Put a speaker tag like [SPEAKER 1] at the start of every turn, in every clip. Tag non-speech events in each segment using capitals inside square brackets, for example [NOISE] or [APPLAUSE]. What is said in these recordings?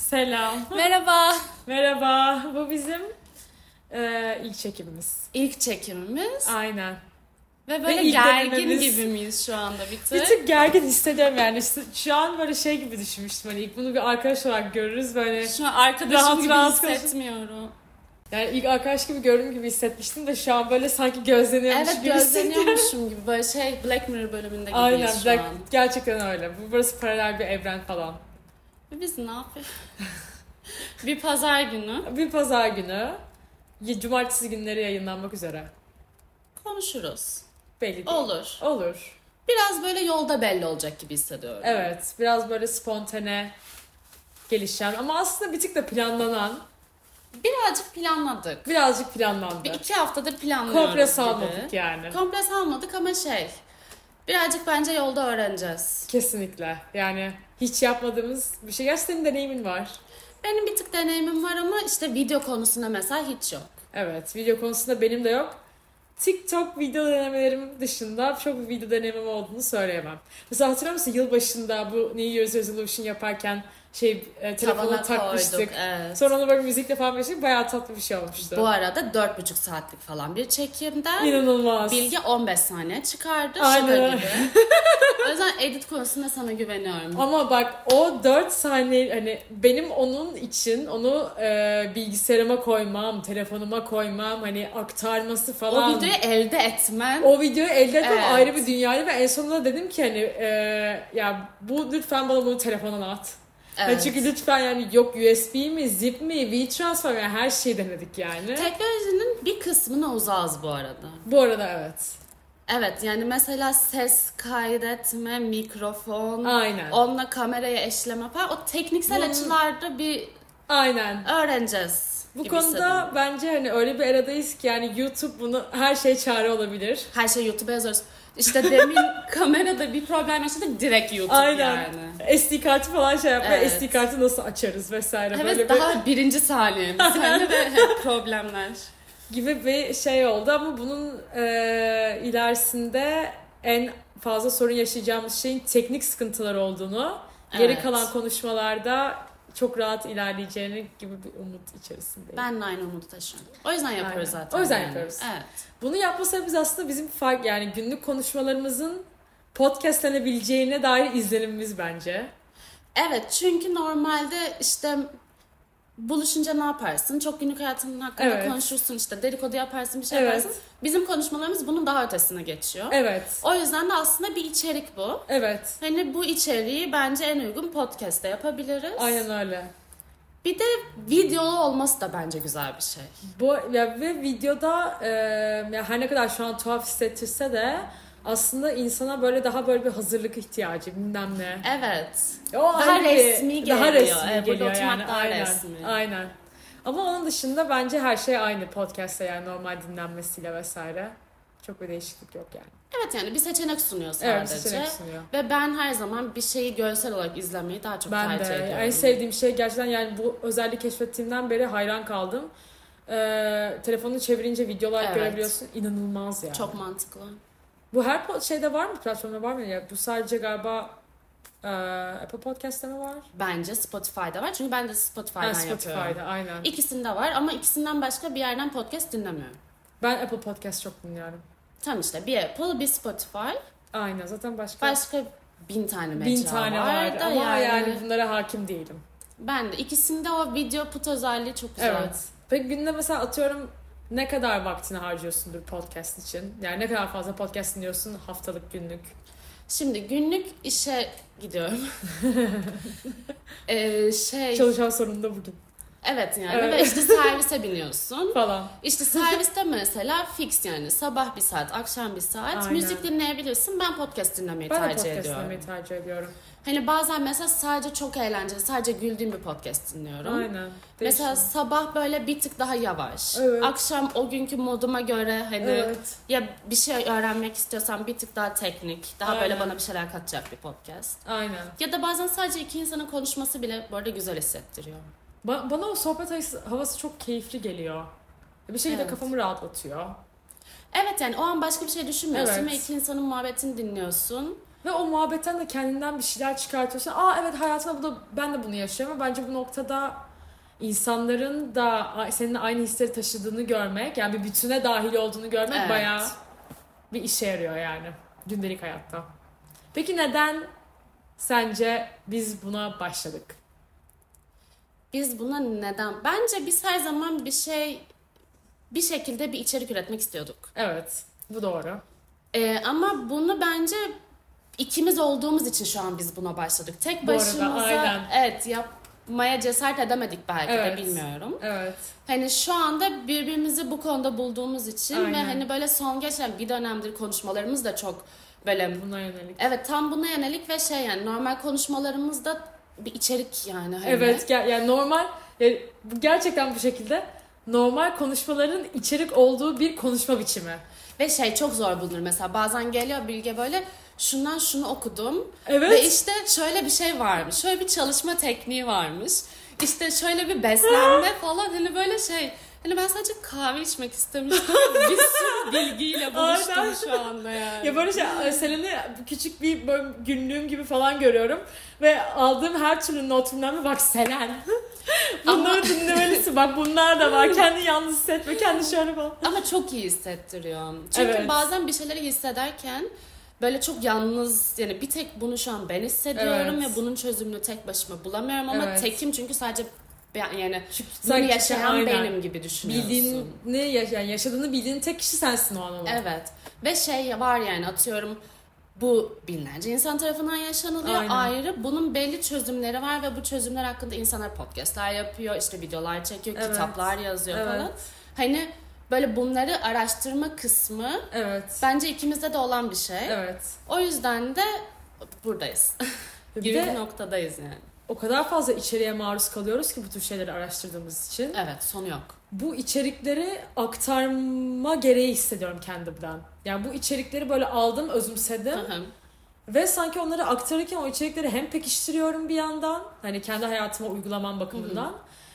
[SPEAKER 1] Selam. [LAUGHS]
[SPEAKER 2] Merhaba.
[SPEAKER 1] Merhaba. Bu bizim e, ilk çekimimiz.
[SPEAKER 2] İlk çekimimiz
[SPEAKER 1] Aynen.
[SPEAKER 2] ve böyle
[SPEAKER 1] Ve ilk
[SPEAKER 2] gergin
[SPEAKER 1] denememiz.
[SPEAKER 2] gibi miyiz şu anda bir
[SPEAKER 1] Bir
[SPEAKER 2] tık?
[SPEAKER 1] tık gergin hissediyorum yani. İşte Şu an böyle şey gibi düşünmüştüm hani ilk bunu bir arkadaş olarak görürüz böyle.
[SPEAKER 2] Şu an arkadaşım
[SPEAKER 1] Rahat
[SPEAKER 2] gibi
[SPEAKER 1] rahat
[SPEAKER 2] hissetmiyorum.
[SPEAKER 1] Yani ilk arkadaş gibi gördüğüm gibi hissetmiştim de şu an böyle sanki gözleniyormuş
[SPEAKER 2] Evet
[SPEAKER 1] gibi hissediyorum.
[SPEAKER 2] gözleniyormuşum gibi böyle şey Black Mirror bölümünde gibiyiz
[SPEAKER 1] Aynen
[SPEAKER 2] şu
[SPEAKER 1] Black-
[SPEAKER 2] an.
[SPEAKER 1] gerçekten öyle. Bu burası paralel bir evren falan.
[SPEAKER 2] Ve Biz ne yapıyoruz? [LAUGHS] bir pazar günü
[SPEAKER 1] Bir pazar günü y- cumartesi günleri yayınlanmak üzere.
[SPEAKER 2] konuşuruz.
[SPEAKER 1] Belli değil.
[SPEAKER 2] Olur.
[SPEAKER 1] Olur.
[SPEAKER 2] Biraz böyle yolda belli olacak gibi hissediyorum.
[SPEAKER 1] Evet. Biraz böyle spontane gelişen ama aslında bir tık da planlanan,
[SPEAKER 2] Birazcık planladık.
[SPEAKER 1] birazcık planlandı.
[SPEAKER 2] Bir iki haftadır planlıyoruz
[SPEAKER 1] Komple
[SPEAKER 2] gibi.
[SPEAKER 1] salmadık yani.
[SPEAKER 2] Komple salmadık ama şey birazcık bence yolda öğreneceğiz.
[SPEAKER 1] Kesinlikle. Yani hiç yapmadığımız bir şey. Gerçi senin deneyimin var.
[SPEAKER 2] Benim bir tık deneyimim var ama işte video konusunda mesela hiç yok.
[SPEAKER 1] Evet. Video konusunda benim de yok. TikTok video denemelerim dışında çok bir video denemem olduğunu söyleyemem. Mesela hatırlar mısın yılbaşında bu New Year's Resolution yaparken şey e, telefona
[SPEAKER 2] Tavana
[SPEAKER 1] takmıştık.
[SPEAKER 2] koyduk, evet.
[SPEAKER 1] Sonra onu böyle müzikle falan birleştirdik. Bayağı tatlı bir şey olmuştu.
[SPEAKER 2] Bu arada 4,5 saatlik falan bir çekimden
[SPEAKER 1] İnanılmaz.
[SPEAKER 2] Bilge 15 saniye çıkardı şaka
[SPEAKER 1] Aynen.
[SPEAKER 2] gibi. o yüzden edit konusunda sana güveniyorum.
[SPEAKER 1] Ama bak o 4 saniye hani benim onun için onu e, bilgisayarıma koymam, telefonuma koymam hani aktarması falan.
[SPEAKER 2] O videoyu elde etmen
[SPEAKER 1] O videoyu elde etmem
[SPEAKER 2] Evet.
[SPEAKER 1] ayrı bir dünyaydı ve en sonunda dedim ki hani e, ya bu lütfen bana bunu telefonuna at.
[SPEAKER 2] Evet.
[SPEAKER 1] Ya çünkü lütfen yani yok USB mi, zip mi, WeTransfer mi yani her şeyi denedik yani.
[SPEAKER 2] teknolojinin bir kısmına uzağız bu arada.
[SPEAKER 1] Bu arada evet.
[SPEAKER 2] Evet yani mesela ses kaydetme, mikrofon,
[SPEAKER 1] Aynen. Hmm.
[SPEAKER 2] onunla kameraya eşleme falan o tekniksel
[SPEAKER 1] Bunun-
[SPEAKER 2] açılarda bir
[SPEAKER 1] Aynen.
[SPEAKER 2] öğreneceğiz.
[SPEAKER 1] Bu
[SPEAKER 2] gibi hissediyorum.
[SPEAKER 1] konuda bence hani öyle bir eradayız ki yani YouTube bunu her şeye çare olabilir.
[SPEAKER 2] Her şey YouTube'a yazıyoruz.
[SPEAKER 1] [LAUGHS]
[SPEAKER 2] İşte demin kamerada bir problem yaşadık direkt YouTube
[SPEAKER 1] Aynen.
[SPEAKER 2] yani.
[SPEAKER 1] SD kartı falan şey yapma.
[SPEAKER 2] Evet.
[SPEAKER 1] SD kartı nasıl açarız vesaire
[SPEAKER 2] Evet
[SPEAKER 1] böyle
[SPEAKER 2] daha birinci saniyemiz. Sende
[SPEAKER 1] [LAUGHS]
[SPEAKER 2] de hep problemler.
[SPEAKER 1] bir gibi bir şey oldu ama bunun e, ilerisinde en fazla sorun yaşayacağımız şeyin teknik sıkıntılar olduğunu, geri
[SPEAKER 2] Evet.
[SPEAKER 1] kalan konuşmalarda çok rahat ilerleyeceğini gibi bir umut içerisindeyim.
[SPEAKER 2] Ben de aynı umudu taşıyorum. O yüzden yapıyoruz
[SPEAKER 1] Aynen.
[SPEAKER 2] zaten.
[SPEAKER 1] O yüzden
[SPEAKER 2] yani.
[SPEAKER 1] yapıyoruz.
[SPEAKER 2] Evet.
[SPEAKER 1] Bunu yapmasak biz aslında bizim fark yani günlük konuşmalarımızın podcastlenebileceğine dair izlenimimiz bence.
[SPEAKER 2] Evet çünkü normalde işte buluşunca ne yaparsın? Çok günlük hayatının hakkında
[SPEAKER 1] Evet.
[SPEAKER 2] konuşursun işte dedikodu yaparsın bir şey
[SPEAKER 1] Evet.
[SPEAKER 2] yaparsın. Bizim konuşmalarımız bunun daha ötesine geçiyor.
[SPEAKER 1] Evet.
[SPEAKER 2] O yüzden de aslında bir içerik bu.
[SPEAKER 1] Evet.
[SPEAKER 2] Hani bu içeriği bence en uygun podcast'te yapabiliriz.
[SPEAKER 1] Aynen öyle.
[SPEAKER 2] Bir de videolu olması da bence güzel bir şey.
[SPEAKER 1] Bu ya ve videoda e, ya her ne kadar şu an tuhaf hissettirse de aslında insana böyle daha böyle bir hazırlık ihtiyacı bilmem ne.
[SPEAKER 2] Evet.
[SPEAKER 1] O
[SPEAKER 2] Daha
[SPEAKER 1] ayrı bir-
[SPEAKER 2] resmi
[SPEAKER 1] Daha
[SPEAKER 2] geliyor.
[SPEAKER 1] resmi
[SPEAKER 2] Evet, burada
[SPEAKER 1] geliyor
[SPEAKER 2] oturmak
[SPEAKER 1] yani.
[SPEAKER 2] daha
[SPEAKER 1] aynen.
[SPEAKER 2] resmi.
[SPEAKER 1] Aynen. Ama onun dışında bence her şey aynı podcast'te yani normal dinlenmesiyle vesaire. Çok bir değişiklik yok yani.
[SPEAKER 2] Evet yani bir seçenek sunuyor
[SPEAKER 1] Evet, bir
[SPEAKER 2] sadece.
[SPEAKER 1] seçenek sunuyor.
[SPEAKER 2] Ve ben her zaman bir şeyi görsel olarak izlemeyi daha çok
[SPEAKER 1] Ben de.
[SPEAKER 2] tercih ediyorum.
[SPEAKER 1] En sevdiğim şey gerçekten yani bu özelliği keşfettiğimden beri hayran kaldım. Ee, telefonu çevirince videolar
[SPEAKER 2] Evet.
[SPEAKER 1] görebiliyorsun. İnanılmaz şey yani.
[SPEAKER 2] Çok mantıklı.
[SPEAKER 1] Bu her po- şeyde var mı? Platformda var mı? Ya bu sadece galiba e, Apple Podcast'te mi var?
[SPEAKER 2] Bence Spotify'da var. Çünkü ben de Spotify'dan
[SPEAKER 1] Ha,
[SPEAKER 2] yapıyorum.
[SPEAKER 1] Spotify'da aynen.
[SPEAKER 2] İkisinde var ama ikisinden başka bir yerden podcast dinlemiyorum.
[SPEAKER 1] Ben Apple Podcast çok dinliyorum.
[SPEAKER 2] Tam işte bir Apple, bir Spotify.
[SPEAKER 1] Aynen zaten başka
[SPEAKER 2] Başka bin tane mecra
[SPEAKER 1] bin tane var
[SPEAKER 2] da
[SPEAKER 1] ama yani. bunlara hakim değilim.
[SPEAKER 2] Ben de ikisinde o video put özelliği çok güzel.
[SPEAKER 1] Evet. Peki günde mesela atıyorum ne kadar vaktini harcıyorsundur podcast için? Yani ne kadar fazla podcast dinliyorsun haftalık günlük?
[SPEAKER 2] Şimdi günlük işe gidiyorum.
[SPEAKER 1] [LAUGHS]
[SPEAKER 2] Ee, şey
[SPEAKER 1] Çalışan sorun da bugün
[SPEAKER 2] evet yani
[SPEAKER 1] Evet. [LAUGHS]
[SPEAKER 2] ve işte servise biniyorsun.
[SPEAKER 1] falan.
[SPEAKER 2] İşte serviste mesela fix yani sabah bir saat, akşam bir saat
[SPEAKER 1] Aynen.
[SPEAKER 2] müzik dinleyebilirsin. Ben podcast dinlemeyi
[SPEAKER 1] Ben de
[SPEAKER 2] tercih
[SPEAKER 1] podcast
[SPEAKER 2] ediyorum.
[SPEAKER 1] dinlemeyi tercih ediyorum.
[SPEAKER 2] Hani bazen mesela sadece çok eğlenceli, sadece güldüğüm bir podcast dinliyorum.
[SPEAKER 1] Aynen.
[SPEAKER 2] Mesela
[SPEAKER 1] Değişim.
[SPEAKER 2] sabah böyle bir tık daha yavaş.
[SPEAKER 1] Evet.
[SPEAKER 2] Akşam o günkü moduma göre hani
[SPEAKER 1] Evet.
[SPEAKER 2] ya bir şey öğrenmek istiyorsam bir tık daha teknik, daha böyle
[SPEAKER 1] Aynen.
[SPEAKER 2] bana bir şeyler katacak bir podcast.
[SPEAKER 1] Aynen.
[SPEAKER 2] Ya da bazen sadece iki insanın konuşması bile bu arada güzel hissettiriyor.
[SPEAKER 1] Ba- bana o sohbet havası- havası çok keyifli geliyor. Bir şekilde
[SPEAKER 2] Evet.
[SPEAKER 1] kafamı rahatlatıyor.
[SPEAKER 2] Evet yani o an başka bir şey düşünmüyorsun
[SPEAKER 1] Evet.
[SPEAKER 2] ve iki insanın muhabbetini dinliyorsun.
[SPEAKER 1] Ve o muhabbetten de kendinden bir şeyler çıkartıyorsun. Aa evet hayatımda bu da, ben de bunu yaşıyorum. Ama bence bu noktada insanların da seninle aynı hisleri taşıdığını görmek yani bir bütüne dahil olduğunu görmek
[SPEAKER 2] Evet.
[SPEAKER 1] bayağı bir işe yarıyor yani gündelik hayatta. Peki neden sence biz buna başladık?
[SPEAKER 2] Biz buna neden? Bence biz her zaman bir şey bir şekilde bir içerik üretmek istiyorduk.
[SPEAKER 1] Evet bu doğru.
[SPEAKER 2] Ee, ama bunu bence ikimiz olduğumuz için şu an biz buna başladık. Tek
[SPEAKER 1] Bu arada,
[SPEAKER 2] başımıza
[SPEAKER 1] aynen.
[SPEAKER 2] evet yapmaya cesaret edemedik belki
[SPEAKER 1] Evet.
[SPEAKER 2] de bilmiyorum.
[SPEAKER 1] Evet.
[SPEAKER 2] Hani şu anda birbirimizi bu konuda bulduğumuz için ve
[SPEAKER 1] Aynen.
[SPEAKER 2] hani böyle son geçen bir dönemdir konuşmalarımız da çok böyle
[SPEAKER 1] Buna yönelik.
[SPEAKER 2] evet tam buna yönelik ve şey yani normal konuşmalarımızda bir içerik yani hani.
[SPEAKER 1] Evet ger- yani normal yani bu- gerçekten bu şekilde normal konuşmaların içerik olduğu bir konuşma biçimi.
[SPEAKER 2] Ve şey çok zor bulunur mesela bazen geliyor Bilge böyle şundan şunu okudum
[SPEAKER 1] Evet.
[SPEAKER 2] ve işte şöyle bir şey varmış şöyle bir çalışma tekniği varmış işte şöyle
[SPEAKER 1] [LAUGHS]
[SPEAKER 2] bir beslenme falan hani böyle şey hani ben sadece kahve içmek istemiştim [LAUGHS] bir sürü bilgiyle
[SPEAKER 1] Aynen.
[SPEAKER 2] buluştum şu anda yani.
[SPEAKER 1] Ya böyle şey, e, Selen'i küçük bir böyle günlüğüm gibi falan görüyorum. Ve aldığım her türlü notumdan bir bak [LAUGHS] Selen. Bunları
[SPEAKER 2] Ama-
[SPEAKER 1] dinlemelisin. Bak bunlar da var. Kendini yalnız hissetme. Kendi şöyle falan.
[SPEAKER 2] Ama çok iyi hissettiriyor. Çünkü
[SPEAKER 1] Evet.
[SPEAKER 2] bazen bir şeyleri hissederken böyle çok yalnız yani bir tek bunu şu an ben hissediyorum
[SPEAKER 1] Evet.
[SPEAKER 2] ve bunun çözümünü tek başıma bulamıyorum ama
[SPEAKER 1] Evet.
[SPEAKER 2] tekim çünkü sadece ben, yani
[SPEAKER 1] Çünkü
[SPEAKER 2] bunu
[SPEAKER 1] sanki-
[SPEAKER 2] yaşayan
[SPEAKER 1] aynen.
[SPEAKER 2] benim gibi düşünüyorsun.
[SPEAKER 1] Bildiğini, yaş- yani yaşadığını bildiğin tek kişi sensin o an ama.
[SPEAKER 2] Evet. Ve şey var yani atıyorum bu binlerce insan tarafından yaşanılıyor
[SPEAKER 1] Aynen.
[SPEAKER 2] ayrı. Bunun belli çözümleri var ve bu çözümler hakkında insanlar podcastler yapıyor, işte videolar çekiyor,
[SPEAKER 1] Evet.
[SPEAKER 2] kitaplar yazıyor
[SPEAKER 1] Evet.
[SPEAKER 2] falan. Hani böyle bunları araştırma kısmı
[SPEAKER 1] Evet.
[SPEAKER 2] bence ikimizde de olan bir şey.
[SPEAKER 1] Evet.
[SPEAKER 2] O yüzden de buradayız.
[SPEAKER 1] Ve Bir
[SPEAKER 2] Gibi bir
[SPEAKER 1] de
[SPEAKER 2] noktadayız yani.
[SPEAKER 1] o kadar fazla içeriğe maruz kalıyoruz ki bu tür şeyleri araştırdığımız için.
[SPEAKER 2] Evet sonu yok.
[SPEAKER 1] bu içerikleri aktarma gereği hissediyorum kendimden. Yani bu içerikleri böyle aldım, özümsedim
[SPEAKER 2] Hı hı.
[SPEAKER 1] ve sanki onları aktarırken o içerikleri hem pekiştiriyorum bir yandan, hani kendi hayatıma uygulamam bakımından,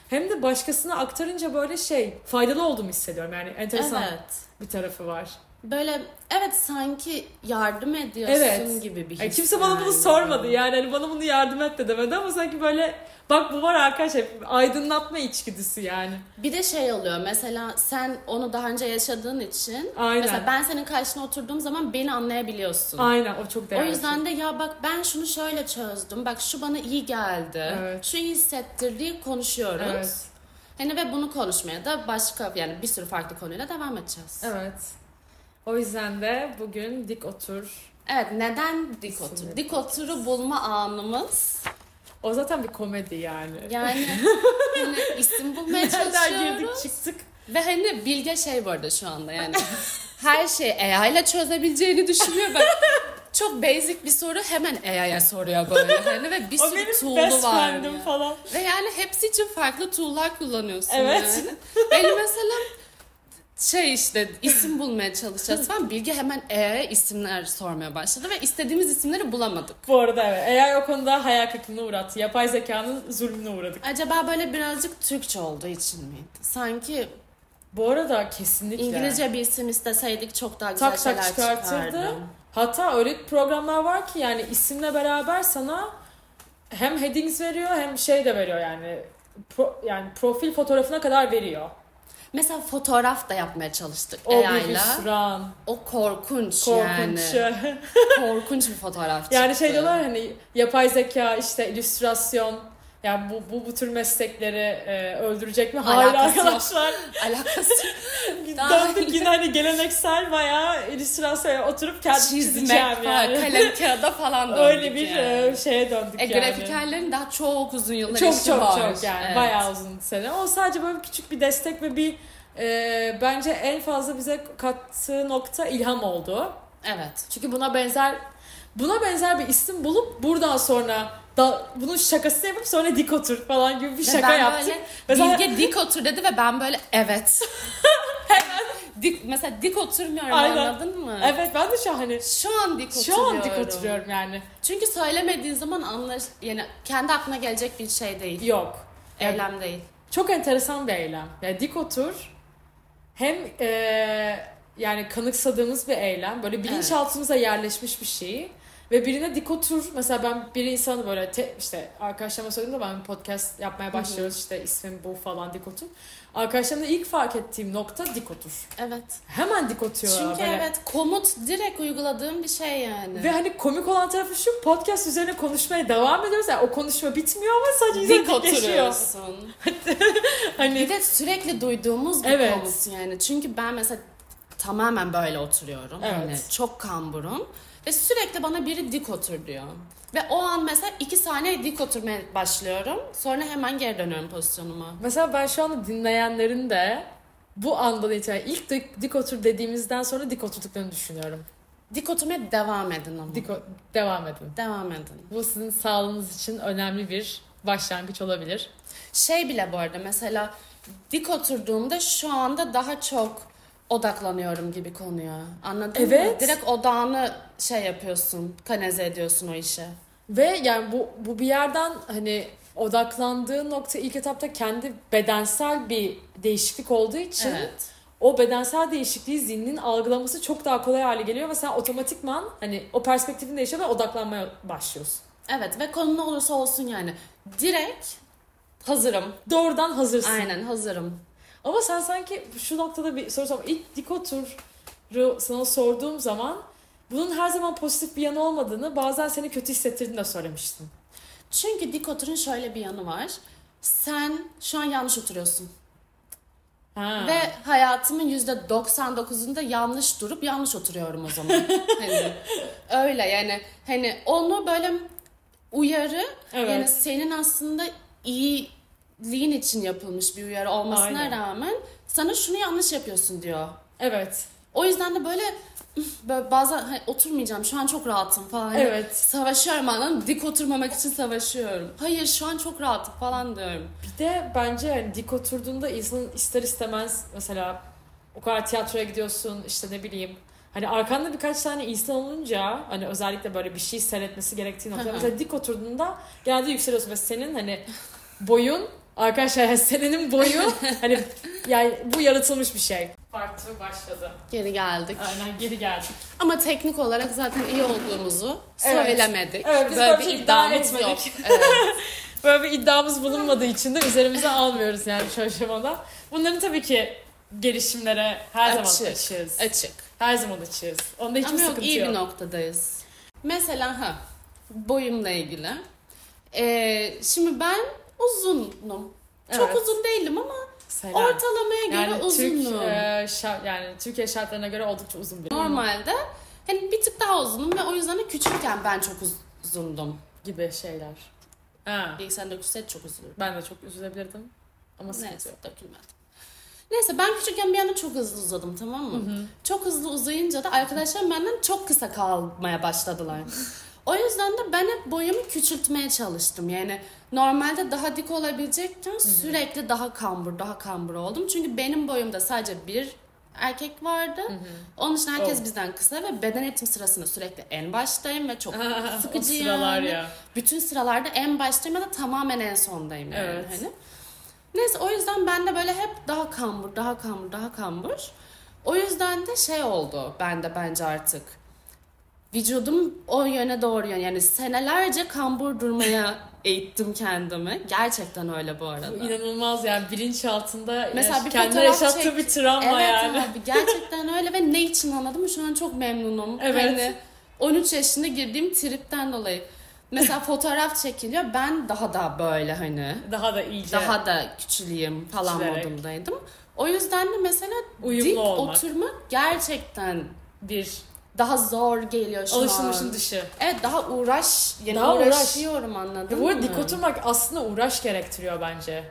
[SPEAKER 1] hem de başkasına aktarınca böyle şey, faydalı olduğumu hissediyorum. Yani enteresan
[SPEAKER 2] evet.
[SPEAKER 1] bir tarafı var.
[SPEAKER 2] Böyle evet sanki yardım ediyorsun
[SPEAKER 1] Evet.
[SPEAKER 2] gibi bir his.
[SPEAKER 1] Yani kimse bana bunu
[SPEAKER 2] yani.
[SPEAKER 1] sormadı yani hani bana bunu yardım et de demedi ama sanki böyle bak bu var arkadaşlar aydınlatma içgüdüsü yani.
[SPEAKER 2] Bir de şey oluyor mesela sen onu daha önce yaşadığın için
[SPEAKER 1] Aynen.
[SPEAKER 2] mesela ben senin karşına oturduğum zaman beni anlayabiliyorsun.
[SPEAKER 1] Aynen o çok
[SPEAKER 2] O
[SPEAKER 1] değerli.
[SPEAKER 2] yüzden de ya bak ben şunu şöyle çözdüm. Bak şu bana iyi geldi.
[SPEAKER 1] Evet.
[SPEAKER 2] Şu iyi hissettirdi konuşuyoruz.
[SPEAKER 1] Evet.
[SPEAKER 2] Hani ve bunu konuşmaya da başka yani bir sürü farklı konuyla devam edeceğiz.
[SPEAKER 1] Evet. O yüzden de bugün dik otur.
[SPEAKER 2] Evet, neden dik
[SPEAKER 1] Sinir
[SPEAKER 2] otur? Dik oturu bulma anımız.
[SPEAKER 1] O zaten bir komedi yani.
[SPEAKER 2] Yani hani isim
[SPEAKER 1] [LAUGHS]
[SPEAKER 2] bulmaya
[SPEAKER 1] Nereden
[SPEAKER 2] çalışıyoruz.
[SPEAKER 1] girdik çıktık.
[SPEAKER 2] Ve hani Bilge şey bu arada şu
[SPEAKER 1] [LAUGHS]
[SPEAKER 2] anda yani. Her şeyi AI ile çözebileceğini düşünüyor. Ben çok basic bir soru hemen AI'ya soruyor böyle. Hani ve bir
[SPEAKER 1] O
[SPEAKER 2] sürü
[SPEAKER 1] benim
[SPEAKER 2] tool'u
[SPEAKER 1] best
[SPEAKER 2] var.
[SPEAKER 1] friend'im
[SPEAKER 2] yani.
[SPEAKER 1] falan.
[SPEAKER 2] Ve yani hepsi için farklı tool'lar kullanıyorsun
[SPEAKER 1] Evet.
[SPEAKER 2] yani. Benim mesela şey işte isim bulmaya çalışacağız falan. Bilge hemen AI'ya isimler sormaya başladı ve istediğimiz isimleri bulamadık.
[SPEAKER 1] Bu arada evet. AI o konuda hayal kırıklığına uğrattı. Yapay zekanın zulmüne uğradık.
[SPEAKER 2] Acaba böyle birazcık Türkçe olduğu için miydi? Sanki
[SPEAKER 1] Bu arada kesinlikle.
[SPEAKER 2] İngilizce bir isim isteseydik çok daha güzel
[SPEAKER 1] tak tak
[SPEAKER 2] şeyler
[SPEAKER 1] çıkartırdı.
[SPEAKER 2] çıkardı.
[SPEAKER 1] Hatta öyle programlar var ki yani isimle beraber sana hem headings veriyor hem şey de veriyor yani. Pro- yani profil fotoğrafına kadar veriyor.
[SPEAKER 2] Mesela fotoğraf da yapmaya çalıştık
[SPEAKER 1] O bir
[SPEAKER 2] AI'la.
[SPEAKER 1] hüsran,
[SPEAKER 2] O korkunç,
[SPEAKER 1] korkunç.
[SPEAKER 2] E [LAUGHS] yani. korkunç bir fotoğraf çıktı.
[SPEAKER 1] Yani şey diyorlar hani yapay zeka işte illüstrasyon yani bu bu, bu tür meslekleri e, öldürecek mi? Hayır
[SPEAKER 2] Alakası yok. [LAUGHS]
[SPEAKER 1] arkadaşlar.
[SPEAKER 2] Alakası yok. Daha-
[SPEAKER 1] Döndük yine hani geleneksel bayağı illüstrasyona oturup kendim
[SPEAKER 2] çizmek
[SPEAKER 1] çizeceğim
[SPEAKER 2] falan,
[SPEAKER 1] yani.
[SPEAKER 2] kalem kağıda falan döndük
[SPEAKER 1] Öyle bir
[SPEAKER 2] yani.
[SPEAKER 1] e, şeye döndük
[SPEAKER 2] E,
[SPEAKER 1] yani.
[SPEAKER 2] grafikerlerin daha çok uzun yıllar
[SPEAKER 1] çok
[SPEAKER 2] işi
[SPEAKER 1] çok
[SPEAKER 2] var.
[SPEAKER 1] çok yani
[SPEAKER 2] Evet.
[SPEAKER 1] bayağı uzun sene. O sadece böyle küçük bir destek ve bir e, bence en fazla bize kattığı nokta ilham oldu.
[SPEAKER 2] Evet.
[SPEAKER 1] Çünkü buna benzer buna benzer bir isim bulup buradan sonra da bunun şakasını yapıp sonra dik otur falan gibi bir
[SPEAKER 2] Ve
[SPEAKER 1] şaka
[SPEAKER 2] ben
[SPEAKER 1] yaptık.
[SPEAKER 2] böyle,
[SPEAKER 1] Mesela
[SPEAKER 2] Bilge dik otur dedi ve ben böyle
[SPEAKER 1] [LAUGHS]
[SPEAKER 2] evet. Hemen dik, mesela dik oturmuyorum
[SPEAKER 1] Aynen.
[SPEAKER 2] anladın mı?
[SPEAKER 1] [LAUGHS] evet ben de şu an hani
[SPEAKER 2] Şu an dik oturuyorum.
[SPEAKER 1] şu an dik oturuyorum yani.
[SPEAKER 2] Çünkü söylemediğin zaman anlar yani kendi aklına gelecek bir şey değil.
[SPEAKER 1] Yok. Evet.
[SPEAKER 2] Eylem değil.
[SPEAKER 1] Çok enteresan bir eylem. Yani dik otur hem e, eee, yani kanıksadığımız bir eylem. Böyle bilinçaltımıza yerleşmiş bir şey. Ve birine dikotur mesela ben bir insanı böyle te- işte arkadaşlarıma söyledim de ben podcast yapmaya başlıyoruz işte ismim bu falan dikotur. Arkadaşlarımla ilk fark ettiğim nokta dikotur.
[SPEAKER 2] Evet.
[SPEAKER 1] Hemen dikotuyorlar
[SPEAKER 2] Çünkü
[SPEAKER 1] böyle.
[SPEAKER 2] evet komut direkt uyguladığım bir şey yani.
[SPEAKER 1] Ve hani komik olan tarafı şu podcast üzerine konuşmaya devam ediyoruz. Yani o konuşma bitmiyor ama sadece
[SPEAKER 2] Dik
[SPEAKER 1] insan geçiyor.
[SPEAKER 2] oturuyorsun.
[SPEAKER 1] Hani
[SPEAKER 2] Bir de sürekli duyduğumuz bir
[SPEAKER 1] Evet.
[SPEAKER 2] komut yani. Çünkü ben mesela tamamen böyle oturuyorum.
[SPEAKER 1] Evet.
[SPEAKER 2] Hani çok kamburum. Ve sürekli bana biri dik otur diyor. Ve o an mesela iki saniye dik oturmaya başlıyorum. Sonra hemen geri dönüyorum pozisyonuma.
[SPEAKER 1] Mesela ben şu anda dinleyenlerin de bu andan itibaren ilk dik, dik otur dediğimizden sonra dik oturduklarını düşünüyorum.
[SPEAKER 2] Dik oturmaya devam edin ama.
[SPEAKER 1] Dik o- devam edin.
[SPEAKER 2] Devam edin.
[SPEAKER 1] Bu sizin sağlığınız için önemli bir başlangıç olabilir.
[SPEAKER 2] Şey bile bu arada mesela dik oturduğumda şu anda daha çok odaklanıyorum gibi konuya. Anladın mı?
[SPEAKER 1] Evet.
[SPEAKER 2] Direkt odağını şey yapıyorsun, kanalize ediyorsun o işe.
[SPEAKER 1] Ve yani bu, bu bir yerden hani odaklandığı nokta ilk etapta kendi bedensel bir değişiklik olduğu için
[SPEAKER 2] Evet.
[SPEAKER 1] o bedensel değişikliği zihnin algılaması çok daha kolay hale geliyor ve sen otomatikman hani o perspektifin değişiyor ve odaklanmaya başlıyorsun.
[SPEAKER 2] Evet ve konu ne olursa olsun yani. Direkt hazırım.
[SPEAKER 1] Doğrudan hazırsın.
[SPEAKER 2] Aynen hazırım.
[SPEAKER 1] Ama sen sanki şu noktada bir soru sorma. İlk Dikotur'u sana sorduğum zaman bunun her zaman pozitif bir yanı olmadığını bazen seni kötü hissettirdiğini de söylemiştin.
[SPEAKER 2] Çünkü dik oturun şöyle bir yanı var. Sen şu an yanlış oturuyorsun.
[SPEAKER 1] Ha.
[SPEAKER 2] Ve hayatımın %99'unda yanlış durup yanlış oturuyorum o
[SPEAKER 1] [LAUGHS]
[SPEAKER 2] zaman. hani, öyle yani hani onu böyle uyarı
[SPEAKER 1] Evet.
[SPEAKER 2] yani senin aslında iyiliğin için yapılmış bir uyarı olmasına
[SPEAKER 1] Aynen.
[SPEAKER 2] rağmen sana şunu yanlış yapıyorsun diyor.
[SPEAKER 1] Evet.
[SPEAKER 2] O yüzden de böyle, üf, böyle bazen "Hayır, oturmayacağım şu an çok rahatım falan. Hani
[SPEAKER 1] Evet.
[SPEAKER 2] Savaşıyorum anladın mı? Dik oturmamak için savaşıyorum. Hayır şu an çok rahatım falan diyorum.
[SPEAKER 1] Bir de bence yani dik oturduğunda insanın ister istemez mesela o kadar tiyatroya gidiyorsun işte ne bileyim hani arkanda birkaç tane insan olunca hani özellikle böyle bir şey seyretmesi gerektiği
[SPEAKER 2] Hı
[SPEAKER 1] noktada
[SPEAKER 2] hı.
[SPEAKER 1] mesela dik oturduğunda genelde yükseliyorsun ve senin hani boyun arkadaşlar [LAUGHS] yani senenin boyu hani yani bu yaratılmış bir şey. Farklı başladı.
[SPEAKER 2] Geri geldik.
[SPEAKER 1] Aynen geri geldik.
[SPEAKER 2] Ama teknik olarak zaten iyi olduğumuzu
[SPEAKER 1] Evet.
[SPEAKER 2] söylemedik.
[SPEAKER 1] Evet, biz
[SPEAKER 2] böyle
[SPEAKER 1] böyle
[SPEAKER 2] bir
[SPEAKER 1] şey
[SPEAKER 2] iddiamız
[SPEAKER 1] iddia
[SPEAKER 2] yok.
[SPEAKER 1] [LAUGHS]
[SPEAKER 2] Evet.
[SPEAKER 1] Böyle bir iddiamız bulunmadığı için de üzerimize almıyoruz yani şu aşamada. Bunların tabii ki gelişimlere her
[SPEAKER 2] Açık.
[SPEAKER 1] zaman açığız.
[SPEAKER 2] Açık.
[SPEAKER 1] Her zaman açığız. Onda hiçbir
[SPEAKER 2] Ama yok
[SPEAKER 1] sıkıntı
[SPEAKER 2] iyi
[SPEAKER 1] yok.
[SPEAKER 2] bir noktadayız. Mesela ha boyumla ilgili. Ee, şimdi ben uzunum. Çok
[SPEAKER 1] Evet.
[SPEAKER 2] uzun değilim ama
[SPEAKER 1] Selam.
[SPEAKER 2] ortalamaya göre
[SPEAKER 1] yani
[SPEAKER 2] uzunum.
[SPEAKER 1] Türk, e, şa- yani Türkiye şartlarına göre oldukça uzun bir
[SPEAKER 2] Normalde hani bir tık daha uzunum ve o yüzden de küçükken ben çok uz- uzundum.
[SPEAKER 1] gibi şeyler. Ha,
[SPEAKER 2] 89 set çok üzülürüm.
[SPEAKER 1] ben de çok üzülebilirdim. Ama sıkıntı
[SPEAKER 2] Neyse
[SPEAKER 1] yok. [LAUGHS]
[SPEAKER 2] dökülmedi. Neyse ben küçükken bir anda çok hızlı uzadım tamam mı? Çok hızlı uzayınca da arkadaşlarım benden çok kısa
[SPEAKER 1] [LAUGHS]
[SPEAKER 2] kalmaya başladılar. o yüzden de ben hep boyumu küçültmeye çalıştım. Yani normalde daha dik olabilecekken sürekli daha kambur, daha kambur oldum. Çünkü benim boyumda sadece bir erkek vardı. Onun için herkes
[SPEAKER 1] Oh.
[SPEAKER 2] bizden kısa ve beden eğitim sırasında sürekli en baştayım ve çok
[SPEAKER 1] [LAUGHS] o
[SPEAKER 2] sıkıcı
[SPEAKER 1] sıralar
[SPEAKER 2] yani.
[SPEAKER 1] ya.
[SPEAKER 2] Bütün sıralarda en baştayım ya da tamamen en sondayım yani.
[SPEAKER 1] Evet.
[SPEAKER 2] Hani. Neyse o yüzden ben de böyle hep daha kambur, daha kambur, daha kambur. O yüzden de şey oldu bende bence artık. Vücudum o yöne doğru yön. Yani senelerce
[SPEAKER 1] [LAUGHS]
[SPEAKER 2] kambur durmaya eğittim kendimi. Gerçekten öyle bu arada.
[SPEAKER 1] Bu inanılmaz yani bilinç altında
[SPEAKER 2] Mesela
[SPEAKER 1] yaş-
[SPEAKER 2] bir
[SPEAKER 1] kendine
[SPEAKER 2] fotoğraf
[SPEAKER 1] yaşattığı
[SPEAKER 2] çek.
[SPEAKER 1] bir travma
[SPEAKER 2] evet
[SPEAKER 1] yani.
[SPEAKER 2] abi gerçekten öyle ve ne için anladım mı? Şu an çok memnunum.
[SPEAKER 1] Evet.
[SPEAKER 2] Hani 13 yaşında girdiğim tripten dolayı. Mesela fotoğraf çekiliyor. Ben daha da böyle hani
[SPEAKER 1] [LAUGHS] Daha da iyice
[SPEAKER 2] daha da küçüleyim falan
[SPEAKER 1] Küçülerek.
[SPEAKER 2] modundaydım. O yüzden de mesela
[SPEAKER 1] Uyumlu
[SPEAKER 2] dik
[SPEAKER 1] olmak.
[SPEAKER 2] oturmak gerçekten
[SPEAKER 1] bir
[SPEAKER 2] daha zor geliyor şu
[SPEAKER 1] alışılmışın
[SPEAKER 2] an.
[SPEAKER 1] dışı.
[SPEAKER 2] Evet daha uğraş, yani
[SPEAKER 1] Daha uğraş.
[SPEAKER 2] uğraşıyorum anladın
[SPEAKER 1] Ya
[SPEAKER 2] mı?
[SPEAKER 1] bu arada dik oturmak aslında uğraş gerektiriyor bence.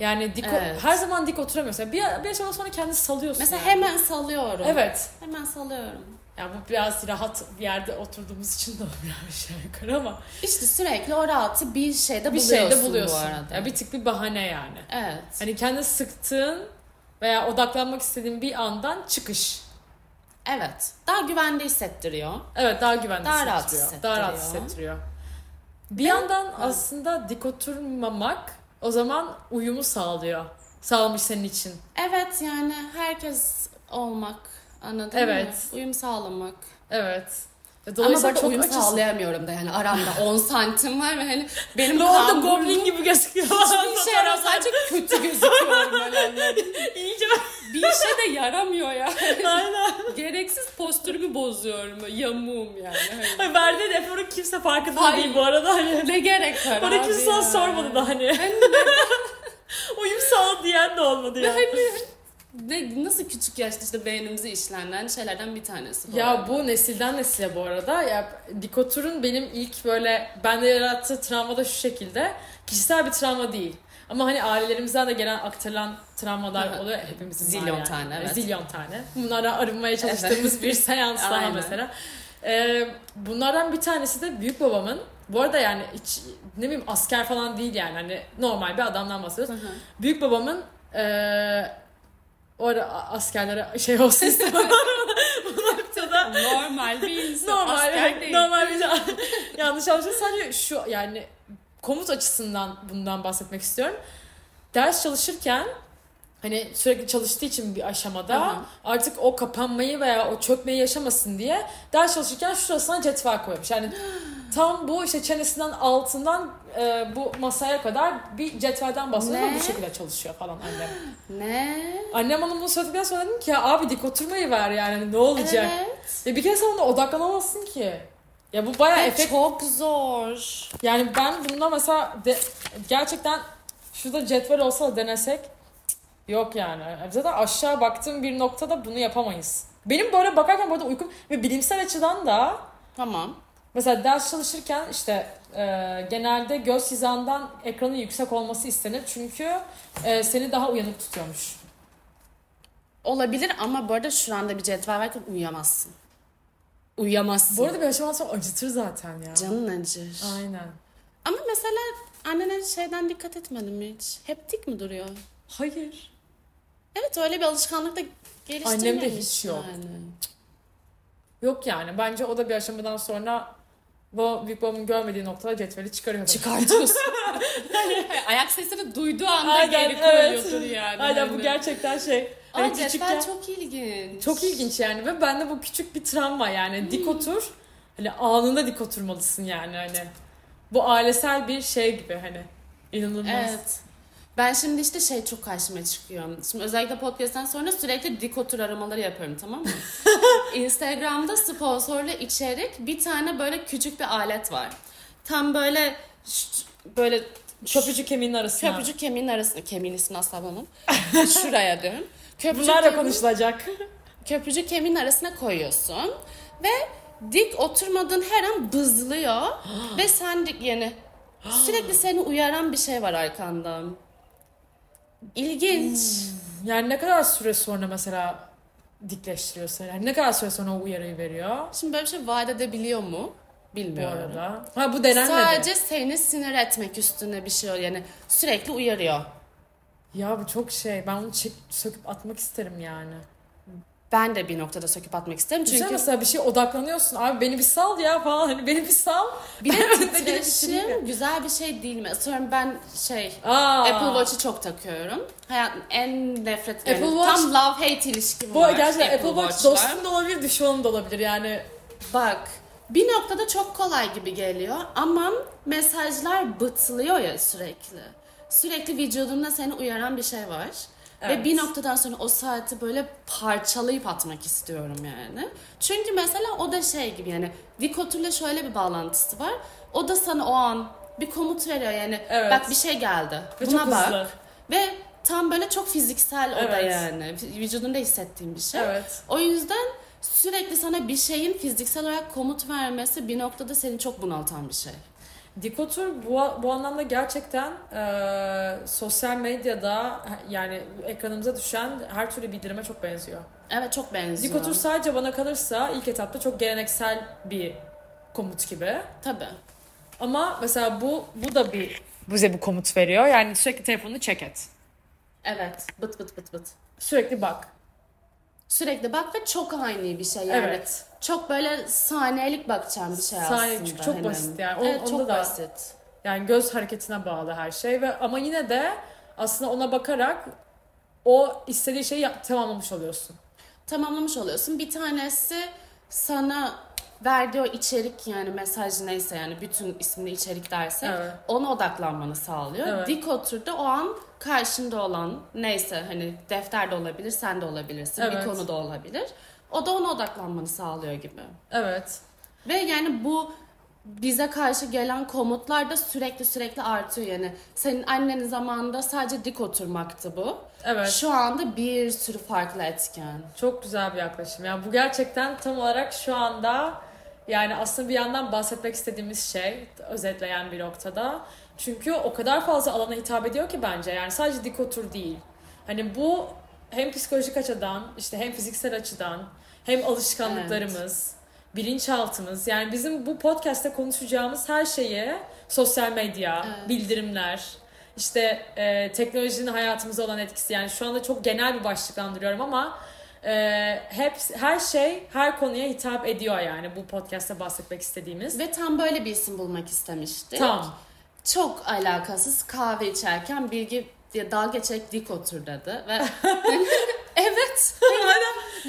[SPEAKER 1] Yani dik o-
[SPEAKER 2] Evet.
[SPEAKER 1] her zaman dik oturamıyorsun. Bir, bir aşamadan sonra kendini salıyorsun.
[SPEAKER 2] Mesela
[SPEAKER 1] yani.
[SPEAKER 2] hemen salıyorum.
[SPEAKER 1] Evet.
[SPEAKER 2] Hemen salıyorum.
[SPEAKER 1] Yani bu biraz rahat bir yerde oturduğumuz için de oluyor aşağı yukarı ama
[SPEAKER 2] İşte sürekli o rahatı bir şeyde
[SPEAKER 1] bir
[SPEAKER 2] buluyorsun,
[SPEAKER 1] şeyde buluyorsun.
[SPEAKER 2] bu arada.
[SPEAKER 1] Yani bir tık bir bahane yani.
[SPEAKER 2] Evet.
[SPEAKER 1] Hani kendini sıktığın veya odaklanmak istediğin bir andan çıkış.
[SPEAKER 2] Evet. Daha güvende hissettiriyor.
[SPEAKER 1] Evet daha güvenli
[SPEAKER 2] Daha
[SPEAKER 1] hissettiriyor.
[SPEAKER 2] rahat
[SPEAKER 1] Daha rahat
[SPEAKER 2] hissettiriyor.
[SPEAKER 1] hissettiriyor. Bir yandan aslında dik oturmamak o zaman uyumu sağlıyor. Sağlamış senin için.
[SPEAKER 2] Evet yani herkes olmak anladın mı?
[SPEAKER 1] Evet.
[SPEAKER 2] Uyum sağlamak.
[SPEAKER 1] Evet.
[SPEAKER 2] Ama
[SPEAKER 1] Dolayısıyla
[SPEAKER 2] da
[SPEAKER 1] çok
[SPEAKER 2] uyum
[SPEAKER 1] açız.
[SPEAKER 2] sağlayamıyorum da yani aramda
[SPEAKER 1] [LAUGHS]
[SPEAKER 2] 10 santim var ve hani benim
[SPEAKER 1] Ne oldu
[SPEAKER 2] kamburum-
[SPEAKER 1] goblin gibi gözüküyor. [LAUGHS]
[SPEAKER 2] Bir işe yarar sadece kötü gözüküyorum ölenlerim.
[SPEAKER 1] İyice
[SPEAKER 2] Bir işe de yaramıyor ya. [LAUGHS]
[SPEAKER 1] aynen.
[SPEAKER 2] Gereksiz postürümü bozuyorum. Yamuğum yani. Hani
[SPEAKER 1] Verdiğin eforun kimse farkında
[SPEAKER 2] Hayır.
[SPEAKER 1] değil bu arada. Hani.
[SPEAKER 2] Ne gerek var
[SPEAKER 1] Bana
[SPEAKER 2] abi
[SPEAKER 1] kimse sana
[SPEAKER 2] ya?
[SPEAKER 1] sormadı da hani. [LAUGHS] Uyum sağ ol diyen de olmadı ya.
[SPEAKER 2] hani Ne, nasıl küçük yaşta işte beynimizi işlenen şeylerden bir tanesi bu.
[SPEAKER 1] Ya bu nesilden nesile bu arada. Ya Dikotur'un benim ilk böyle bende yarattığı travma da şu şekilde. Kişisel bir travma değil. Ama hani ailelerimizden de gelen aktarılan travmalar
[SPEAKER 2] Aha.
[SPEAKER 1] oluyor hepimizin. var
[SPEAKER 2] Zilyon
[SPEAKER 1] yani.
[SPEAKER 2] tane, evet.
[SPEAKER 1] Zilyon tane. Bunlara arınmaya çalıştığımız
[SPEAKER 2] [LAUGHS]
[SPEAKER 1] bir seans daha
[SPEAKER 2] Aynen.
[SPEAKER 1] mesela. Ee, bunlardan bir tanesi de büyük babamın. Bu arada yani hiç ne bileyim asker falan değil yani hani normal bir adamdan bahsediyoruz.
[SPEAKER 2] Aha.
[SPEAKER 1] Büyük babamın eee o ara askerlere şey
[SPEAKER 2] [LAUGHS]
[SPEAKER 1] olsun istemem. Bu noktada [LAUGHS]
[SPEAKER 2] Normal bir insan.
[SPEAKER 1] normal
[SPEAKER 2] Asker değil.
[SPEAKER 1] normal bir şey. [LAUGHS] yanlış anlaşılmasın sadece şu yani komut açısından bundan bahsetmek istiyorum. Ders çalışırken hani sürekli çalıştığı için bir aşamada
[SPEAKER 2] Aha.
[SPEAKER 1] artık o kapanmayı veya o çökmeyi yaşamasın diye ders çalışırken şurasına cetvel koymuş. Yani [GASPS] tam bu işte çenesinden altından e, bu masaya kadar bir cetvelden bahsediyor ama
[SPEAKER 2] Ne?
[SPEAKER 1] bu şekilde çalışıyor falan annem.
[SPEAKER 2] Ne?
[SPEAKER 1] Annem bana bunu söyledikten sonra dedim ki ya abi dik oturmayı ver yani hani ne olacak?
[SPEAKER 2] Evet.
[SPEAKER 1] Ya bir kere sen ona odaklanamazsın ki. Ya bu bayağı efekt.
[SPEAKER 2] Çok zor.
[SPEAKER 1] Yani ben bunda mesela de- gerçekten şurada cetvel olsa da denesek yok yani. Zaten aşağı baktığım bir noktada bunu yapamayız. Benim böyle bakarken burada uykum ve bilimsel açıdan da
[SPEAKER 2] Tamam.
[SPEAKER 1] mesela ders çalışırken işte e, genelde göz hizandan ekranın yüksek olması istenir. Çünkü e, seni daha uyanık tutuyormuş.
[SPEAKER 2] Olabilir ama bu arada şu anda bir cetvel varken uyuyamazsın. Uyuyamazsın.
[SPEAKER 1] Bu arada bir aşamadan sonra acıtır zaten ya.
[SPEAKER 2] Canın acır.
[SPEAKER 1] Aynen.
[SPEAKER 2] Ama mesela annene şeyden dikkat etmedim hiç. Hep dik mi duruyor?
[SPEAKER 1] Hayır.
[SPEAKER 2] Evet öyle bir alışkanlık da geliştirmemiş.
[SPEAKER 1] Annemde hiç yok.
[SPEAKER 2] Yani.
[SPEAKER 1] Yok yani bence o da bir aşamadan sonra bu Big Bom'un görmediği noktada cetveli çıkarıyor. tabii.
[SPEAKER 2] [LAUGHS] Çıkartıyorsun. Ayak sesini duyduğu anda
[SPEAKER 1] Aynen,
[SPEAKER 2] geri
[SPEAKER 1] evet.
[SPEAKER 2] koyuyorsun yani.
[SPEAKER 1] Aynen
[SPEAKER 2] Hani.
[SPEAKER 1] bu gerçekten şey.
[SPEAKER 2] Ama
[SPEAKER 1] Hani
[SPEAKER 2] cetvel
[SPEAKER 1] küçükken çok...
[SPEAKER 2] çok ilginç.
[SPEAKER 1] ilginç yani ve bende bu küçük bir travma yani dik otur. Hani anında dik oturmalısın yani hani. Bu ailesel bir şey gibi hani. İnanılmaz.
[SPEAKER 2] Evet. Ben şimdi işte şey çok karşıma çıkıyor. Şimdi özellikle podcast'ten sonra sürekli dik otur aramaları yapıyorum tamam mı? Instagram'da sponsorlu içerik bir tane böyle küçük bir alet var. Tam böyle şşt- böyle
[SPEAKER 1] Köprücük kemiğinin arasına.
[SPEAKER 2] köprücük kemiğin arasında kemiğin ismini asla bulmam. Şuraya diyorum. Köprücük
[SPEAKER 1] Bunlar da
[SPEAKER 2] kemiğin-
[SPEAKER 1] [LAUGHS] konuşulacak.
[SPEAKER 2] köprücük kemiğin arasına koyuyorsun ve dik oturmadığın her an bızlıyor
[SPEAKER 1] [GASPS]
[SPEAKER 2] ve sen dik yani sürekli seni uyaran bir şey var arkanda. İlginç.
[SPEAKER 1] Hmm. Yani ne kadar süre sonra mesela dikleştiriyorsa yani ne kadar süre sonra o uyarıyı veriyor
[SPEAKER 2] Şimdi böyle bir şey vaat edebiliyor mu?
[SPEAKER 1] bu
[SPEAKER 2] Bilmiyorum.
[SPEAKER 1] arada. Ha bu denenmedi.
[SPEAKER 2] Sadece seni sinir etmek üstüne bir şey yani sürekli uyarıyor.
[SPEAKER 1] Ya bu çok şey. Ben onu çek, söküp atmak isterim yani.
[SPEAKER 2] Ben de bir noktada söküp atmak isterim
[SPEAKER 1] Çünkü
[SPEAKER 2] çünkü
[SPEAKER 1] mesela bir şey odaklanıyorsun. Abi beni bir sal ya falan. Hani beni bir sal. [LAUGHS] Hani
[SPEAKER 2] bir de
[SPEAKER 1] Ben de gidip bitireyim
[SPEAKER 2] titreşim güzel bir şey değil mi? Atıyorum ben şey
[SPEAKER 1] Aa.
[SPEAKER 2] Apple Watch'ı çok takıyorum. Hayatın en nefret
[SPEAKER 1] Apple
[SPEAKER 2] yani
[SPEAKER 1] Watch-
[SPEAKER 2] tam love hate ilişkim
[SPEAKER 1] Bu
[SPEAKER 2] var.
[SPEAKER 1] gerçekten Apple, Watch
[SPEAKER 2] Watch'la.
[SPEAKER 1] dostun da olabilir, düşmanın da olabilir yani.
[SPEAKER 2] Bak bir noktada çok kolay gibi geliyor ama mesajlar bıtılıyor ya sürekli. Sürekli vücudunda seni uyaran bir şey var. Ve
[SPEAKER 1] Evet.
[SPEAKER 2] bir noktadan sonra o saati böyle parçalayıp atmak istiyorum yani. Çünkü mesela o da şey gibi yani dikotürle şöyle bir bağlantısı var. O da sana o an bir komut veriyor yani.
[SPEAKER 1] Evet.
[SPEAKER 2] Bak bir şey geldi.
[SPEAKER 1] Ve
[SPEAKER 2] Buna
[SPEAKER 1] çok
[SPEAKER 2] bak.
[SPEAKER 1] hızlı.
[SPEAKER 2] Ve tam böyle çok fiziksel o da
[SPEAKER 1] Evet.
[SPEAKER 2] yani. Vücudunda hissettiğim bir şey.
[SPEAKER 1] Evet.
[SPEAKER 2] O yüzden sürekli sana bir şeyin fiziksel olarak komut vermesi bir noktada seni çok bunaltan bir şey.
[SPEAKER 1] Dikotur bu, bu anlamda gerçekten eee, sosyal medyada yani ekranımıza düşen her türlü bildirime çok benziyor.
[SPEAKER 2] Evet çok benziyor.
[SPEAKER 1] Dikotur sadece bana kalırsa ilk etapta çok geleneksel bir komut gibi.
[SPEAKER 2] Tabii.
[SPEAKER 1] Ama mesela bu bu da bir bize bir komut veriyor. Yani sürekli telefonunu çek et.
[SPEAKER 2] Evet. Bıt bıt bıt bıt.
[SPEAKER 1] Sürekli bak.
[SPEAKER 2] Sürekli bak ve çok aynı bir şey yani.
[SPEAKER 1] Evet.
[SPEAKER 2] Çok böyle saniyelik bakacağım bir şey
[SPEAKER 1] Saniye,
[SPEAKER 2] aslında.
[SPEAKER 1] çünkü çok basit yani. O-
[SPEAKER 2] evet
[SPEAKER 1] onda
[SPEAKER 2] çok
[SPEAKER 1] da-
[SPEAKER 2] basit.
[SPEAKER 1] Yani göz hareketine bağlı her şey ve ama yine de aslında ona bakarak o istediği şeyi yap- tamamlamış oluyorsun.
[SPEAKER 2] Tamamlamış oluyorsun. Bir tanesi sana verdiği o içerik yani mesaj neyse yani bütün isimli içerik dersek
[SPEAKER 1] Evet.
[SPEAKER 2] ona odaklanmanı sağlıyor.
[SPEAKER 1] Evet.
[SPEAKER 2] Dik oturdu o an karşında olan neyse hani defter de olabilir sen de olabilirsin
[SPEAKER 1] Evet.
[SPEAKER 2] bir konu da olabilir. O da ona odaklanmanı sağlıyor gibi.
[SPEAKER 1] Evet.
[SPEAKER 2] Ve yani bu bize karşı gelen komutlar da sürekli sürekli artıyor yani. Senin annenin zamanında sadece dik oturmaktı bu.
[SPEAKER 1] Evet.
[SPEAKER 2] Şu anda bir sürü farklı etken.
[SPEAKER 1] Çok güzel bir yaklaşım. Yani bu gerçekten tam olarak şu anda yani aslında bir yandan bahsetmek istediğimiz şey özetleyen bir noktada. Çünkü o kadar fazla alana hitap ediyor ki bence. Yani sadece dik otur değil. Hani bu hem psikolojik açıdan, işte hem fiziksel açıdan, hem alışkanlıklarımız, bilinçaltımız. Yani bizim bu podcast'te konuşacağımız her şeyi sosyal medya,
[SPEAKER 2] Evet.
[SPEAKER 1] bildirimler, işte e, teknolojinin hayatımıza olan etkisi. Yani şu anda çok genel bir başlıklandırıyorum ama e, hep her şey her konuya hitap ediyor yani bu podcast'te bahsetmek istediğimiz.
[SPEAKER 2] Ve tam böyle bir isim bulmak istemiştik.
[SPEAKER 1] Tam.
[SPEAKER 2] Çok alakasız kahve içerken bilgi diye dalga geçerek dik otur dedi.
[SPEAKER 1] [LAUGHS]
[SPEAKER 2] Ve evet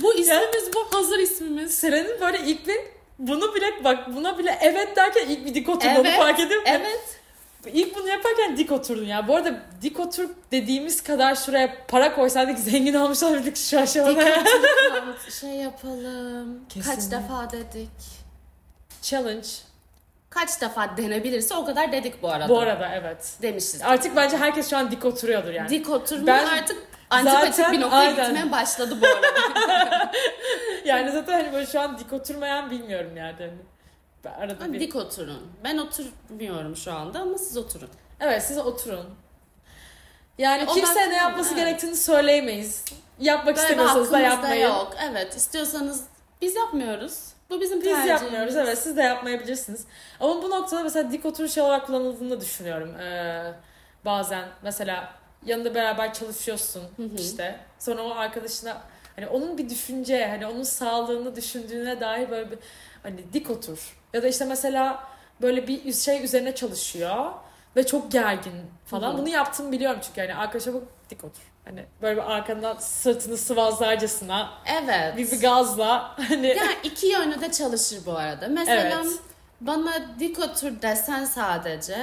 [SPEAKER 2] bu ismimiz bu hazır ismimiz.
[SPEAKER 1] Seren'in böyle ilk bir bunu bile bak buna bile evet derken ilk bir dik oturduğunu
[SPEAKER 2] Evet,
[SPEAKER 1] fark edip
[SPEAKER 2] Evet.
[SPEAKER 1] ilk bunu yaparken dik oturdun ya. Bu arada dik otur dediğimiz kadar şuraya para koysaydık [LAUGHS] zengin almış olurduk şu
[SPEAKER 2] Dik
[SPEAKER 1] aşamada.
[SPEAKER 2] otur şey yapalım. Kaç
[SPEAKER 1] Kesinlikle.
[SPEAKER 2] defa dedik.
[SPEAKER 1] Challenge.
[SPEAKER 2] Kaç defa denebilirse o kadar dedik bu arada.
[SPEAKER 1] Bu arada evet.
[SPEAKER 2] Demişiz.
[SPEAKER 1] Artık bence herkes şu an dik oturuyordur yani.
[SPEAKER 2] Dik oturma
[SPEAKER 1] Ben-
[SPEAKER 2] artık antipatik
[SPEAKER 1] Zaten-
[SPEAKER 2] bir noktaya
[SPEAKER 1] aynen.
[SPEAKER 2] gitmeye başladı bu
[SPEAKER 1] [LAUGHS]
[SPEAKER 2] arada.
[SPEAKER 1] Yani zaten hani böyle şu an dik oturmayan bilmiyorum yani. Hani ben arada
[SPEAKER 2] Ama
[SPEAKER 1] bir...
[SPEAKER 2] dik oturun. Ben oturmuyorum şu anda ama siz oturun.
[SPEAKER 1] Evet siz oturun. Yani
[SPEAKER 2] Ya o
[SPEAKER 1] kimse
[SPEAKER 2] baktım,
[SPEAKER 1] ne yapması
[SPEAKER 2] evet.
[SPEAKER 1] gerektiğini söyleyemeyiz. Yapmak
[SPEAKER 2] Böyle
[SPEAKER 1] istemiyorsanız da
[SPEAKER 2] hakkımız
[SPEAKER 1] yapmayın.
[SPEAKER 2] yok. Evet istiyorsanız biz yapmıyoruz. Bu bizim
[SPEAKER 1] Biz
[SPEAKER 2] tercihimiz.
[SPEAKER 1] yapmıyoruz evet siz de yapmayabilirsiniz. Ama bu noktada mesela dik oturuş olarak kullanıldığını da düşünüyorum. Ee, bazen mesela yanında beraber çalışıyorsun işte. Sonra o arkadaşına hani onun bir düşünce hani onun sağlığını düşündüğüne dair böyle bir hani dik otur. Ya da işte mesela böyle bir şey üzerine çalışıyor ve çok gergin falan.
[SPEAKER 2] Hı hı.
[SPEAKER 1] Bunu yaptığımı biliyorum çünkü hani arkadaşa bak dik otur. Hani böyle bir arkandan sırtını sıvazlarcasına
[SPEAKER 2] Evet.
[SPEAKER 1] bir, bir gazla hani
[SPEAKER 2] Yani iki yönlü de çalışır bu arada. Mesela
[SPEAKER 1] Evet.
[SPEAKER 2] bana dik otur desen sadece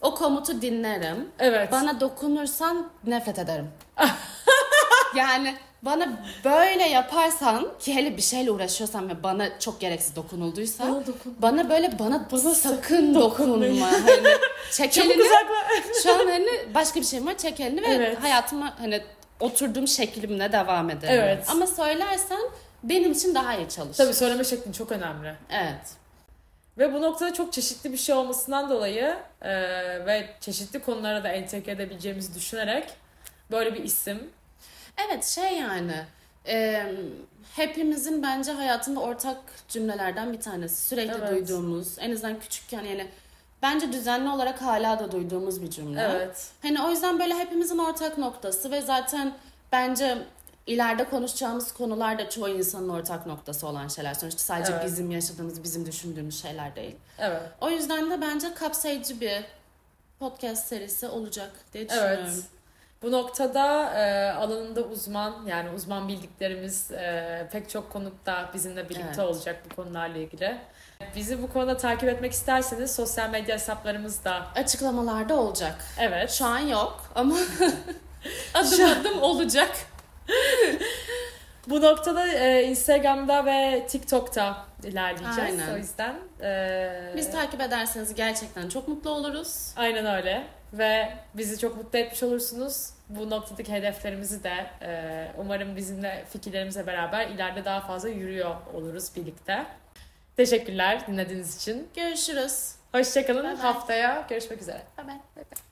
[SPEAKER 2] o komutu dinlerim.
[SPEAKER 1] evet.
[SPEAKER 2] Bana dokunursan
[SPEAKER 1] [LAUGHS]
[SPEAKER 2] nefret ederim. yani bana böyle yaparsan ki hele bir şeyle uğraşıyorsan ve bana çok gereksiz dokunulduysa
[SPEAKER 1] Bana dokun-
[SPEAKER 2] bana böyle bana,
[SPEAKER 1] Bana
[SPEAKER 2] sakın
[SPEAKER 1] dokunmayın.
[SPEAKER 2] dokunma. hani
[SPEAKER 1] [LAUGHS]
[SPEAKER 2] çek
[SPEAKER 1] Çabuk
[SPEAKER 2] elini.
[SPEAKER 1] uzakla.
[SPEAKER 2] Şu an hani başka bir şeyim var çek elini ve
[SPEAKER 1] Evet.
[SPEAKER 2] hayatıma hani oturduğum şeklimle devam ederim.
[SPEAKER 1] Evet.
[SPEAKER 2] Ama söylersen benim için daha iyi çalışır.
[SPEAKER 1] Tabii söyleme şeklin çok önemli.
[SPEAKER 2] Evet.
[SPEAKER 1] Ve bu noktada çok çeşitli bir şey olmasından dolayı e, ve çeşitli konulara da entegre edebileceğimizi düşünerek böyle bir isim.
[SPEAKER 2] Evet şey yani e, hepimizin bence hayatında ortak cümlelerden bir tanesi. Sürekli
[SPEAKER 1] Evet.
[SPEAKER 2] duyduğumuz en azından küçükken yani bence düzenli olarak hala da duyduğumuz bir cümle.
[SPEAKER 1] Evet.
[SPEAKER 2] Hani o yüzden böyle hepimizin ortak noktası ve zaten bence ileride konuşacağımız konular da çoğu insanın ortak noktası olan şeyler. Sonuçta sadece
[SPEAKER 1] Evet.
[SPEAKER 2] bizim yaşadığımız, bizim düşündüğümüz şeyler değil.
[SPEAKER 1] Evet.
[SPEAKER 2] O yüzden de bence kapsayıcı bir podcast serisi olacak diye düşünüyorum.
[SPEAKER 1] Evet. Bu noktada e, alanında uzman yani uzman bildiklerimiz e, pek çok konukta bizimle birlikte
[SPEAKER 2] Evet.
[SPEAKER 1] olacak bu konularla ilgili. Bizi bu konuda takip etmek isterseniz sosyal medya hesaplarımızda
[SPEAKER 2] Açıklamalarda olacak.
[SPEAKER 1] evet.
[SPEAKER 2] Şu an yok ama [LAUGHS] adım adım olacak.
[SPEAKER 1] Bu noktada e, Instagram'da ve TikTok'ta ilerleyeceğiz.
[SPEAKER 2] Aynen.
[SPEAKER 1] O yüzden e,
[SPEAKER 2] Biz takip ederseniz gerçekten çok mutlu oluruz.
[SPEAKER 1] aynen öyle ve bizi çok mutlu etmiş olursunuz. Bu noktadaki hedeflerimizi de e, umarım bizimle fikirlerimize beraber ileride daha fazla yürüyor oluruz birlikte. Teşekkürler dinlediğiniz için.
[SPEAKER 2] Görüşürüz.
[SPEAKER 1] Hoşçakalın.
[SPEAKER 2] Bye bye.
[SPEAKER 1] Haftaya görüşmek üzere.
[SPEAKER 2] Bye bye.